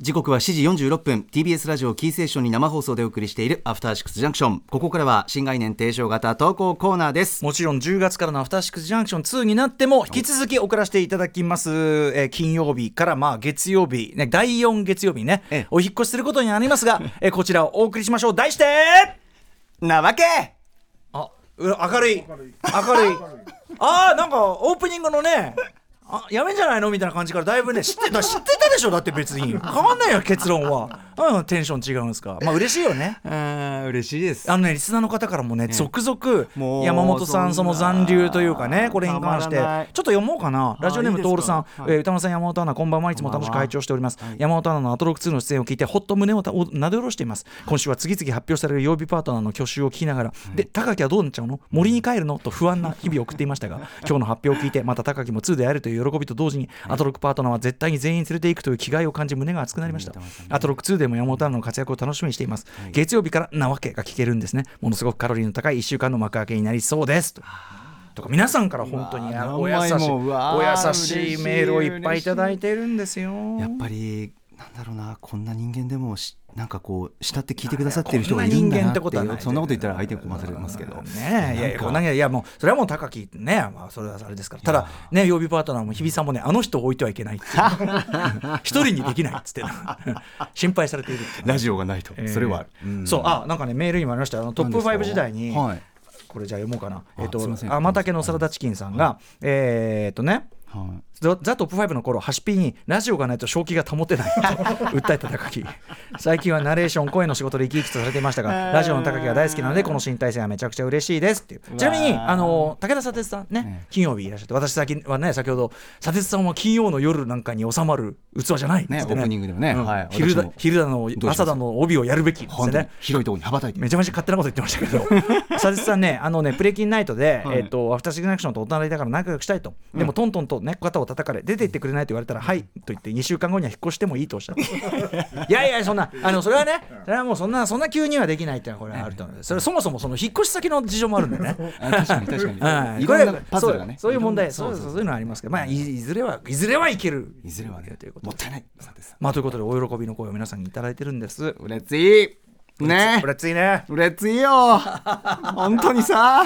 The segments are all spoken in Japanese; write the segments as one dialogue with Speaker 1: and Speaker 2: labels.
Speaker 1: 時刻は7時46分 TBS ラジオキーセーションに生放送でお送りしているアフターシックスジャンクションここからは新概念提唱型投稿コーナーです
Speaker 2: もちろん10月からのアフターシックスジャンクション2になっても引き続き送らせていただきます、えー金曜日からまあ月曜日、ね、第4月曜日ね、
Speaker 1: ええ
Speaker 2: お引っ越しすることになります が、えーこちらをお送りしましょう題して
Speaker 1: なわけ
Speaker 2: あうわ明るい明るいああなんかオープニングのねあやめんじゃないのみたいな感じからだいぶね知ってた知ってたでしょだって別に変わんないよ結論は、うん、テンション違うんですかまあ嬉しいよね
Speaker 1: あ嬉しいです
Speaker 2: あのね、リスナーの方からもね、続
Speaker 1: も
Speaker 2: 々、
Speaker 1: う
Speaker 2: 山本さん、
Speaker 1: そ
Speaker 2: そ
Speaker 1: んな
Speaker 2: の残留というかね、これに関して、
Speaker 1: た
Speaker 2: ち
Speaker 1: ま
Speaker 2: ょ
Speaker 1: らな
Speaker 2: っ
Speaker 1: い
Speaker 2: と読もうかな、ラジオネー
Speaker 1: い
Speaker 2: ム、
Speaker 1: いですか
Speaker 2: 徹さん、
Speaker 1: はい
Speaker 2: えー歌丸さん、山本アナ、こんばんは、いつも楽しく拝聴しております、山本アナのアトロック2の出演を聞いて、ほっと胸をたおなで下ろしています、今週は次々発表される曜日パートナーの挙手を聞きながら、で、高木はどうなっちゃうの森に帰るのと不安な日々を送っていましたが、今日の発表を聞いて、また高木も2であるという喜びと同時に、アトロックパートナーは絶対に全員連れていくという気概を感じ、胸が熱くなりました。アトロック2でも山本アナの活躍を楽しみにしています。月曜日からなわけが聞けるんですね。ものすごくカロリーの高い1週間の幕開けになりそうです。ととか皆さんから本当に
Speaker 1: うわ
Speaker 2: お優し
Speaker 1: 何枚
Speaker 2: い
Speaker 1: もうわ
Speaker 2: お優しいメールをいっぱいいただいてるんですよ。
Speaker 1: やっぱりなんだろうなこんな人間でもしなんかこう慕って聞いてくださってる
Speaker 2: こ
Speaker 1: 人
Speaker 2: ん
Speaker 1: が
Speaker 2: ない
Speaker 1: るん
Speaker 2: 人
Speaker 1: だ
Speaker 2: 間
Speaker 1: な
Speaker 2: っ
Speaker 1: ってて
Speaker 2: ことはない
Speaker 1: いうそんなこと言ったら相手困られますけど
Speaker 2: ねえいやいや
Speaker 1: なんか
Speaker 2: こんなにいやもうそれはもう高木ね、まあ、それはあれですからただね曜日パートナーも日比さんもねあの人を置いてはいけないっていう一人にできないっつって心配されているっていう
Speaker 1: ラジオがないと
Speaker 2: えー
Speaker 1: それはあるん
Speaker 2: そうあなんかねメールにもありましたよあのトップ
Speaker 1: 何です
Speaker 2: 5
Speaker 1: か
Speaker 2: 時代に、
Speaker 1: はい
Speaker 2: これじゃあ読もうかな
Speaker 1: あ
Speaker 2: えっと
Speaker 1: すいません
Speaker 2: 天竹のサラダチキンさんが、えーっとね
Speaker 1: はい
Speaker 2: ザ・ザトップ5の頃ハシピーにラジオがないと正気が保てないと訴えた高木最近はナレーション声の仕事で生き生きとされていましたがラジオの高木が大好きなのでこの新体制はめちゃくちゃ嬉しいですっていう
Speaker 1: わー
Speaker 2: ちなみにあの武田砂鉄さんね金曜日いらっしゃって私先はね先ほど砂鉄さんは金曜の夜なんかに収まる器じゃないっつって、
Speaker 1: ねオープニングでもね
Speaker 2: うん
Speaker 1: はい
Speaker 2: 昼だ
Speaker 1: 私も
Speaker 2: 昼だの
Speaker 1: します
Speaker 2: 朝だの帯をやるべきです
Speaker 1: 本当に
Speaker 2: ね
Speaker 1: 広いところに羽ばたいて
Speaker 2: めちゃめちゃ勝手なこと言ってま したけど佐々木さんねあのねプレキンナイトで、
Speaker 1: はい
Speaker 2: えっとアフターシックスジャンクションとお隣だから仲良くしたいと、でもトントンとね肩を叩かれ出て行ってくれないと言われたら、はいと言って2週間後には引っ越してもいいとおっしゃった いやいやそんなあのそれはねそれはもうそんなそんな急にはできないっていうのはこれはあると思うそれそもそもその引っ越し先の事情もあるん だよね
Speaker 1: あ確かに確か
Speaker 2: は
Speaker 1: にいろんなパズルがね
Speaker 2: そうそういう問題
Speaker 1: そ
Speaker 2: そうう
Speaker 1: そ
Speaker 2: そううそういうのはありますけどまあいいずれはいずれはいける
Speaker 1: いずれはね
Speaker 2: ということ
Speaker 1: もっ
Speaker 2: で
Speaker 1: たいないさてさ
Speaker 2: まあということでお喜びの声を皆さんにいただいてるんです
Speaker 1: うれついね
Speaker 2: これついね
Speaker 1: うれついよ本当にさ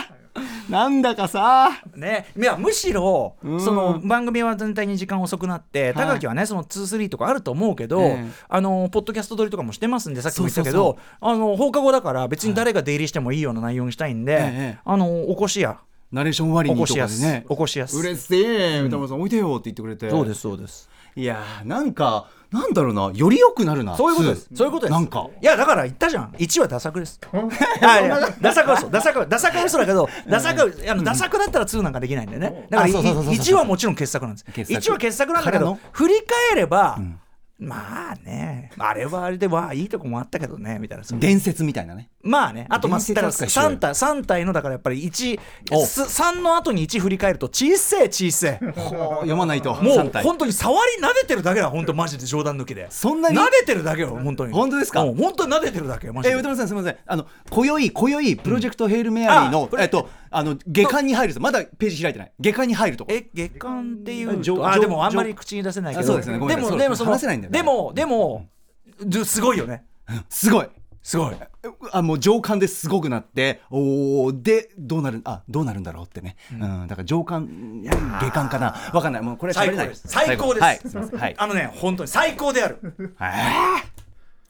Speaker 1: なんだかさ
Speaker 2: ね、いやむしろ、
Speaker 1: うん
Speaker 2: その番組は全体に時間遅くなっ
Speaker 1: は
Speaker 2: て、
Speaker 1: い
Speaker 2: 高木はねその2-3とかあると思うけど、
Speaker 1: ええ
Speaker 2: あのポッドキャスト撮りとかもしてますんでさっきも言ったけ
Speaker 1: そう
Speaker 2: どあの放課後だから別に誰が出入りしてもいいような内容にしたいんで、
Speaker 1: ええ
Speaker 2: あの起こしや
Speaker 1: ナレーション割
Speaker 2: 起
Speaker 1: りに
Speaker 2: ことし
Speaker 1: か
Speaker 2: や、
Speaker 1: ですね
Speaker 2: 起こしやす
Speaker 1: うれしい歌丸さんおいでよって言ってくれて
Speaker 2: そうですそうです
Speaker 1: いやーなんかなんだろうなより良くなるな
Speaker 2: そういうことです
Speaker 1: つ
Speaker 2: そういうことです
Speaker 1: なんか
Speaker 2: いやだから言ったじゃん1はダサくですあいやダサくは嘘ダサくはダサくは嘘だけどダサくあのダサくだったら2なんかできないんだよねだから
Speaker 1: あそうそうそうそう
Speaker 2: 1はもちろん傑作なんです
Speaker 1: 傑作
Speaker 2: 1は傑作なんだけ
Speaker 1: から
Speaker 2: ど
Speaker 1: の
Speaker 2: 振り返ればまあねあれはあれでわあいいとこもあったけどねみたいなそう
Speaker 1: 伝説みたいなね
Speaker 2: まあねあとまあ
Speaker 1: 伝説
Speaker 2: だから
Speaker 1: 扱いしろよ
Speaker 2: 3体三体のだからやっぱり1
Speaker 1: お
Speaker 2: 3の後に1振り返ると小せえ小せえ
Speaker 1: 読まないと
Speaker 2: も
Speaker 1: 三
Speaker 2: う
Speaker 1: 体
Speaker 2: 本当に触り撫でてるだけだ本当マジで冗談抜きで
Speaker 1: そんなに
Speaker 2: 撫でてるだけよ本当に
Speaker 1: 本当ですか
Speaker 2: うん本当に撫でてるだけよマジ
Speaker 1: えー、
Speaker 2: で
Speaker 1: 歌丸さんすみませんあの今宵今宵プロジェクトヘイルメアリー
Speaker 2: あ
Speaker 1: の
Speaker 2: こ、れ
Speaker 1: えっとあの下巻に入るとまだページ開いてない下巻に入るとこ
Speaker 2: え月間ってい
Speaker 1: え
Speaker 2: う
Speaker 1: じょ
Speaker 2: とあ
Speaker 1: じょ
Speaker 2: でもあんまり口に出せないけ
Speaker 1: あ
Speaker 2: ど
Speaker 1: そうですねごめんなさい
Speaker 2: も
Speaker 1: そう
Speaker 2: でもその
Speaker 1: 話せないんだよね
Speaker 2: でもでもじゅすごいよね
Speaker 1: すごい
Speaker 2: すごい
Speaker 1: えあもう上巻ですごくなっておーでどうなるあどうなるんだろうってね、うんだから上巻いや下巻かなわかんないもうこれは喋れない
Speaker 2: 最高です
Speaker 1: はい
Speaker 2: 最
Speaker 1: す
Speaker 2: 高
Speaker 1: みませんはい
Speaker 2: あのね本当に最高である
Speaker 1: あ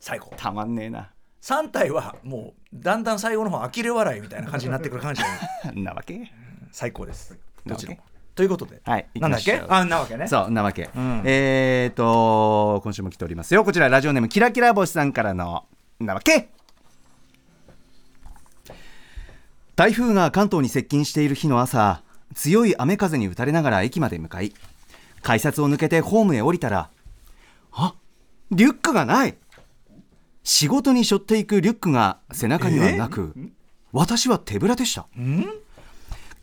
Speaker 2: 最高
Speaker 1: ーたまんねえな
Speaker 2: 3体はもうだんだん最後の方呆れ笑いみたいな感じになってくる感 じが
Speaker 1: んなわけ
Speaker 2: 最高です
Speaker 1: な
Speaker 2: ど
Speaker 1: わけ
Speaker 2: ちらもということで、
Speaker 1: はい
Speaker 2: なんだっ
Speaker 1: 行
Speaker 2: け
Speaker 1: きましょう
Speaker 2: あんなわけね
Speaker 1: そうなわけ、
Speaker 2: ん
Speaker 1: えーと今週も来ておりますよこちらラジオネームキラキラ星さんからのなわけ台風が関東に接近している日の朝強い雨風に打たれながら駅まで向かい改札を抜けてホームへ降りたらあリュックがない仕事に背負っていくリュックが背中にはなく私は手ぶらでした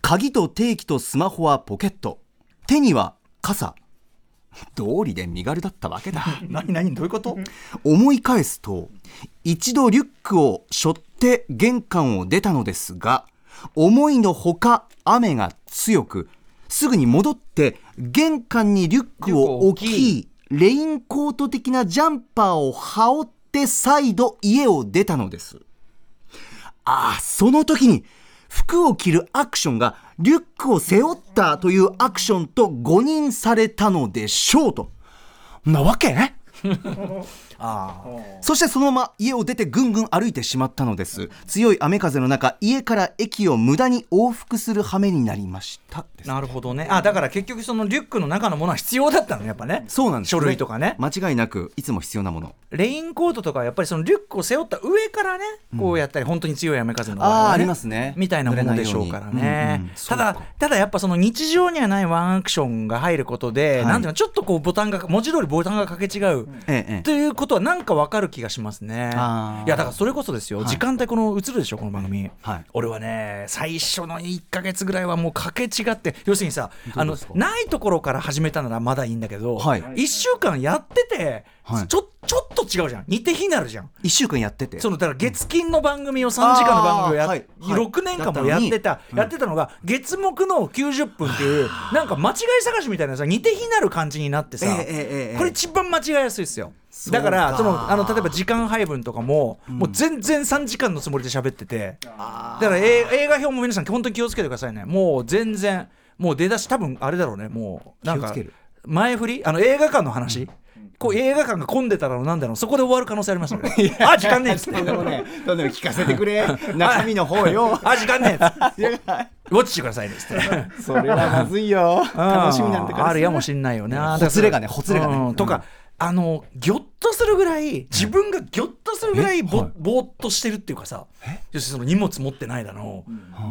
Speaker 1: 鍵と定期とスマホはポケット手には傘通りで身軽だったわけだ
Speaker 2: 何何どういう こと
Speaker 1: 思い返すと一度リュックを背負って玄関を出たのですが思いのほか雨が強くすぐに戻って玄関にリュックを置きレインコート的なジャンパーを羽織って再度家を出たのです。ああ、その時に服を着るアクションがリュックを背負ったというアクションと誤認されたのでしょうと。なわけああそしてそのまま家を出てぐんぐん歩いてしまったのです強い雨風の中家から駅を無駄に往復する羽目になりましたです
Speaker 2: なるほどねあだから結局そのリュックの中のものは必要だったのやっぱね
Speaker 1: そうなんです、
Speaker 2: 書類とかね
Speaker 1: 間違いなくいつも必要なもの
Speaker 2: レインコートとかはやっぱりそのリュックを背負った上からねこうやったり、本当に強い雨風の場合は
Speaker 1: あーありますね
Speaker 2: みたいなものでしょうから
Speaker 1: 濡れないように
Speaker 2: ね
Speaker 1: うんうんそ
Speaker 2: た
Speaker 1: うか
Speaker 2: だただやっぱその日常にはないワンアクションが入ることで、
Speaker 1: い
Speaker 2: なんていうのちょっとこうボタンが文字通りボタンがかけ違う、
Speaker 1: ええええ
Speaker 2: ということはなんかわかる気がしますね
Speaker 1: あー
Speaker 2: いやだからそれこそですよ、
Speaker 1: はい
Speaker 2: 時間帯この映るでしょこの番組、
Speaker 1: はい
Speaker 2: 俺はね最初の1か月ぐらいはもうかけ違って要するにさあの
Speaker 1: ですか
Speaker 2: ないところから始めたならまだいいんだけど、
Speaker 1: はい
Speaker 2: 1週間やってて、
Speaker 1: はい
Speaker 2: ちょちょっと違うじゃん似て非なるじゃん
Speaker 1: 1週間やってて
Speaker 2: そのだから月金の番組を3時間の番組をや、
Speaker 1: あーはいはい
Speaker 2: 6年間もやって
Speaker 1: だったたのに
Speaker 2: やってたのが月木の90分っていうなんか間違い探しみたいなさ似て非なる感じになってさ、
Speaker 1: ええええええ
Speaker 2: これ一番間違いやすいですよ
Speaker 1: そうか
Speaker 2: だからそのあの例えば時間配分とかも、もう全然3時間のつもりで喋っててだからえ映画表も皆さん本当に気をつけてくださいねもう全然もう出だし多分あれだろうねもうな
Speaker 1: 気
Speaker 2: ん
Speaker 1: を
Speaker 2: か
Speaker 1: つける
Speaker 2: 前振りあの映画館の話、こう映画館が混んでたらなんだろうそこで終わる可能性ありますよ ねあ時間ねえっつって
Speaker 1: とんでもねえとんでも聞かせてく れ中身の方よ
Speaker 2: あ時間ねえっつって ウォッチしてくださいねっつって
Speaker 1: それはまずいよ楽しみなんだから
Speaker 2: あるやもしんないよね
Speaker 1: ほつれがねほつれがね
Speaker 2: うんとか、あのぎょっとするぐらい自分がぎょっとするぐらいぼ,、ぼーっとしてるっていうかさ要するにその荷物持ってないだの、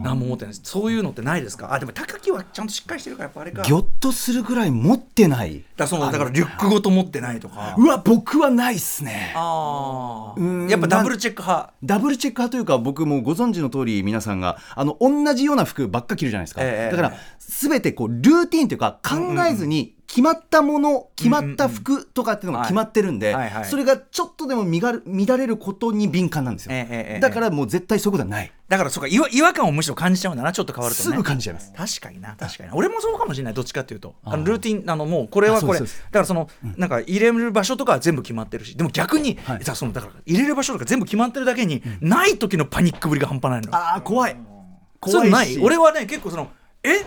Speaker 2: 何も持ってないそういうのってないですかあでも高木はちゃんとしっかりしてるからやっぱあれか
Speaker 1: ぎょっとするぐらい持ってない
Speaker 2: だからそのだからリュックごと持ってないとか
Speaker 1: うわ僕はないっすね
Speaker 2: あ
Speaker 1: うん
Speaker 2: あやっぱダブルチェック派
Speaker 1: ダブルチェック派というか僕もご存知の通り皆さんがあの同じような服ばっか着るじゃないですか、
Speaker 2: ええ
Speaker 1: だから全てこうルーティンというか考えずに決まったもの、決まった服とかっていうのが決まってるんで、
Speaker 2: はいはいはい
Speaker 1: それがちょっとでも乱る乱れることに敏感なんですよ、
Speaker 2: ええええええ
Speaker 1: だからもう絶対そういうことはない、
Speaker 2: だからそうか違和違和感をむしろ感じちゃうんだなちょっと変わるとね
Speaker 1: すぐ感じちゃいます
Speaker 2: 確かにな確かにな俺もそうかもしれないどっちかっていうとあのルーティンあのもうこれは
Speaker 1: あそう
Speaker 2: これ
Speaker 1: そう
Speaker 2: だ
Speaker 1: そう
Speaker 2: からその、なんか入れる場所とかは全部決まってるしでも逆に、
Speaker 1: はい
Speaker 2: さそのだから入れる場所とか全部決まってるだけに、ない時のパニックぶりが半端ないの
Speaker 1: ああ怖い
Speaker 2: そう
Speaker 1: 怖い
Speaker 2: いう
Speaker 1: し
Speaker 2: のない俺はね結構そのえ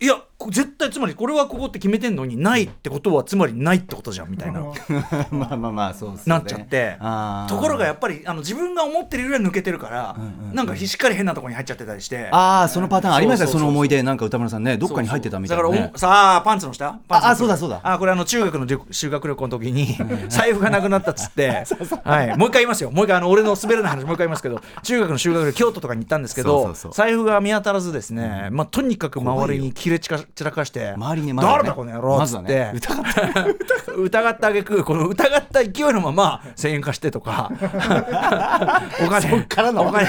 Speaker 2: いやこ絶対つまりこれはここって決めてんのにないってことはつまりないってことじゃんみたいな
Speaker 1: まあまあまあそうですよ
Speaker 2: な
Speaker 1: ね
Speaker 2: っちゃって
Speaker 1: あー
Speaker 2: ところがやっぱりあの自分が思ってるよりは抜けてるから、なんかしっかり変なとこに入っちゃってたりして
Speaker 1: ああそのパターンありましたよ
Speaker 2: そう
Speaker 1: そ
Speaker 2: そ
Speaker 1: う
Speaker 2: そう
Speaker 1: の思い出なんか歌丸さんねどっかに入ってたみたいな、
Speaker 2: そう
Speaker 1: ね、
Speaker 2: そう だからおさあパンツの下パンツの下
Speaker 1: ああそうだそうだ
Speaker 2: あこれあの中学の旅修学旅行の時に財布がなくなったっつ ってはいもう一回言いますよもう一回あの俺の滑らない話もう一回言いますけど中学の修学旅行京都とかに行ったんですけ
Speaker 1: そうそ
Speaker 2: ど
Speaker 1: うそう
Speaker 2: 財布が見当たらずですねまあとにかく周りに切れ散ら散らかして
Speaker 1: 周りにまずはね
Speaker 2: 誰だこの野郎っつっ
Speaker 1: まずは
Speaker 2: て
Speaker 1: ね
Speaker 2: 疑った 疑った挙句この疑った勢いのまま1000円貸して とかお金
Speaker 1: そっからの
Speaker 2: お金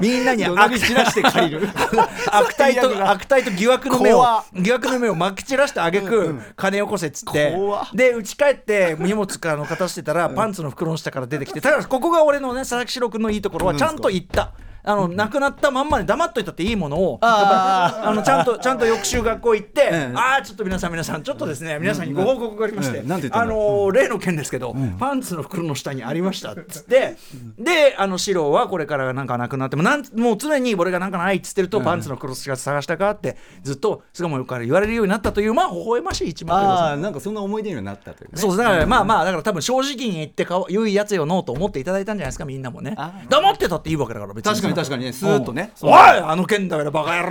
Speaker 2: みんなに
Speaker 1: 夜中に散らして借りる
Speaker 2: 悪態
Speaker 1: 最悪
Speaker 2: と
Speaker 1: だ
Speaker 2: 悪態と疑惑の目を
Speaker 1: 怖
Speaker 2: 疑惑の目をまき散らしてあげく金よこせっつって
Speaker 1: 怖
Speaker 2: で家帰って荷物からの片してたらパンツの袋の下から出てきてただここが俺のね佐々木四郎君のいいところはちゃんと言った。あのなくなったまんまで黙っといたっていいものを
Speaker 1: あー
Speaker 2: やっぱあのちゃんとちゃんと翌週学校行って、
Speaker 1: うん
Speaker 2: ああちょっと皆さん皆さんちょっとですね皆さんにご報告がありまして、
Speaker 1: うんなんて言った
Speaker 2: あ
Speaker 1: の
Speaker 2: のー例の件ですけど、パンツの袋の下にありましたっつって、であのシロはこれからなんかなくなってもなんもう常に俺がなんかないっつってると、パンツの袋の下探したかってずっと菅森から言われるようになったというまあ微笑ましい一幕でござい ます
Speaker 1: ああなんかそんな思い出にはなったというね
Speaker 2: そうだからまあまあだから多分正直に言ってか言うやつよのうと思っていただいたんじゃないですかみんなもね
Speaker 1: あー
Speaker 2: 黙ってたっていいわけだから別に
Speaker 1: 確かに確かにねスーッとね
Speaker 2: うんおいあの件だから バカ野郎、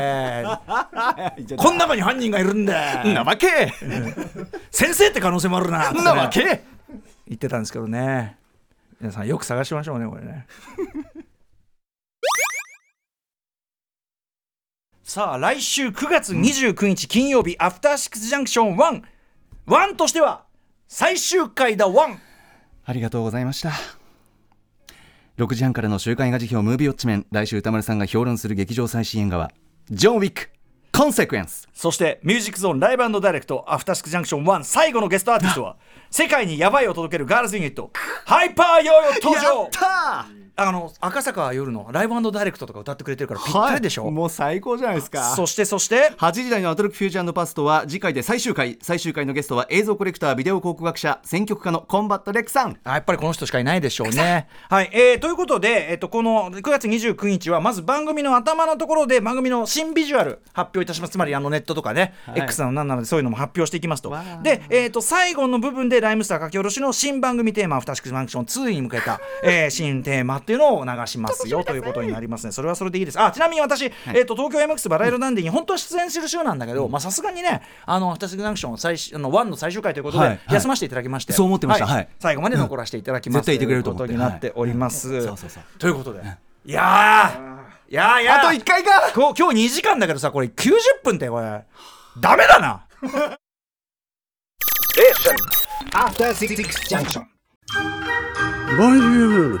Speaker 2: えーこん中に犯人がいるんだ
Speaker 1: なわけ
Speaker 2: 先生って可能性もあるな
Speaker 1: なわけ
Speaker 2: 言ってたんですけどね皆さんよく探しましょうねこれね さあ来週9月29日金曜日、アフターシックスジャンクション1ワンとしては最終回だワン
Speaker 1: ありがとうございました6時半からの週刊映画辞表ムービーウォッチメン来週歌丸さんが評論する劇場最新映画はジョン・ウィックコンセクエンス
Speaker 2: そしてミュージックゾーンライブダイレクトアフターシックスジャンクション1最後のゲストアー ティストは世界にヤバいを届けるガールズユニットハイパーヨーヨー登場
Speaker 1: たー
Speaker 2: あの赤坂夜のライブダイレクトとか歌ってくれてるからぴったりでしょ、
Speaker 1: はいもう最高じゃないですか
Speaker 2: そしてそして
Speaker 1: 8時台のアトロックフュージョンパストは次回で最終回最終回のゲストは映像コレクタービデオ考古学者選曲家のコンバットレックさん
Speaker 2: あやっぱりこの人しかいないでしょうね。はい、えーということで、えっとこの9月29日はまず番組の頭のところで番組の新ビジュアル発表いたしますつまりあのネットとかね、
Speaker 1: はい
Speaker 2: X なの何なのでそういうのも発表していきますと
Speaker 1: わー
Speaker 2: で、えっと最後の部分でライムスター書き下ろしの新番組テーマ「ふたしくマンクション2」に向けた、 えー新テーマっていうのを流しますよということになりますねそれはそれでいいですあちなみに私、えっと東京 MX バラエロダンディに本当は出演する週なんだけどまあさすがにね「あのふたしくマンクション」最終あの1の最終回ということ
Speaker 1: はい
Speaker 2: で
Speaker 1: はい
Speaker 2: 休ませていただきまして
Speaker 1: そう思ってましたはい
Speaker 2: 最後まで残らせていただきま
Speaker 1: 絶
Speaker 2: す
Speaker 1: 対いてくれると思って
Speaker 2: いうことになっております。
Speaker 1: はいそうそうそう
Speaker 2: ということで、いやー、いやーいやー
Speaker 1: あと1回か
Speaker 2: こう今日2時間だけどさ、これ90分ってこれ、ダメだな
Speaker 3: After Six Junction.
Speaker 4: ボンジュール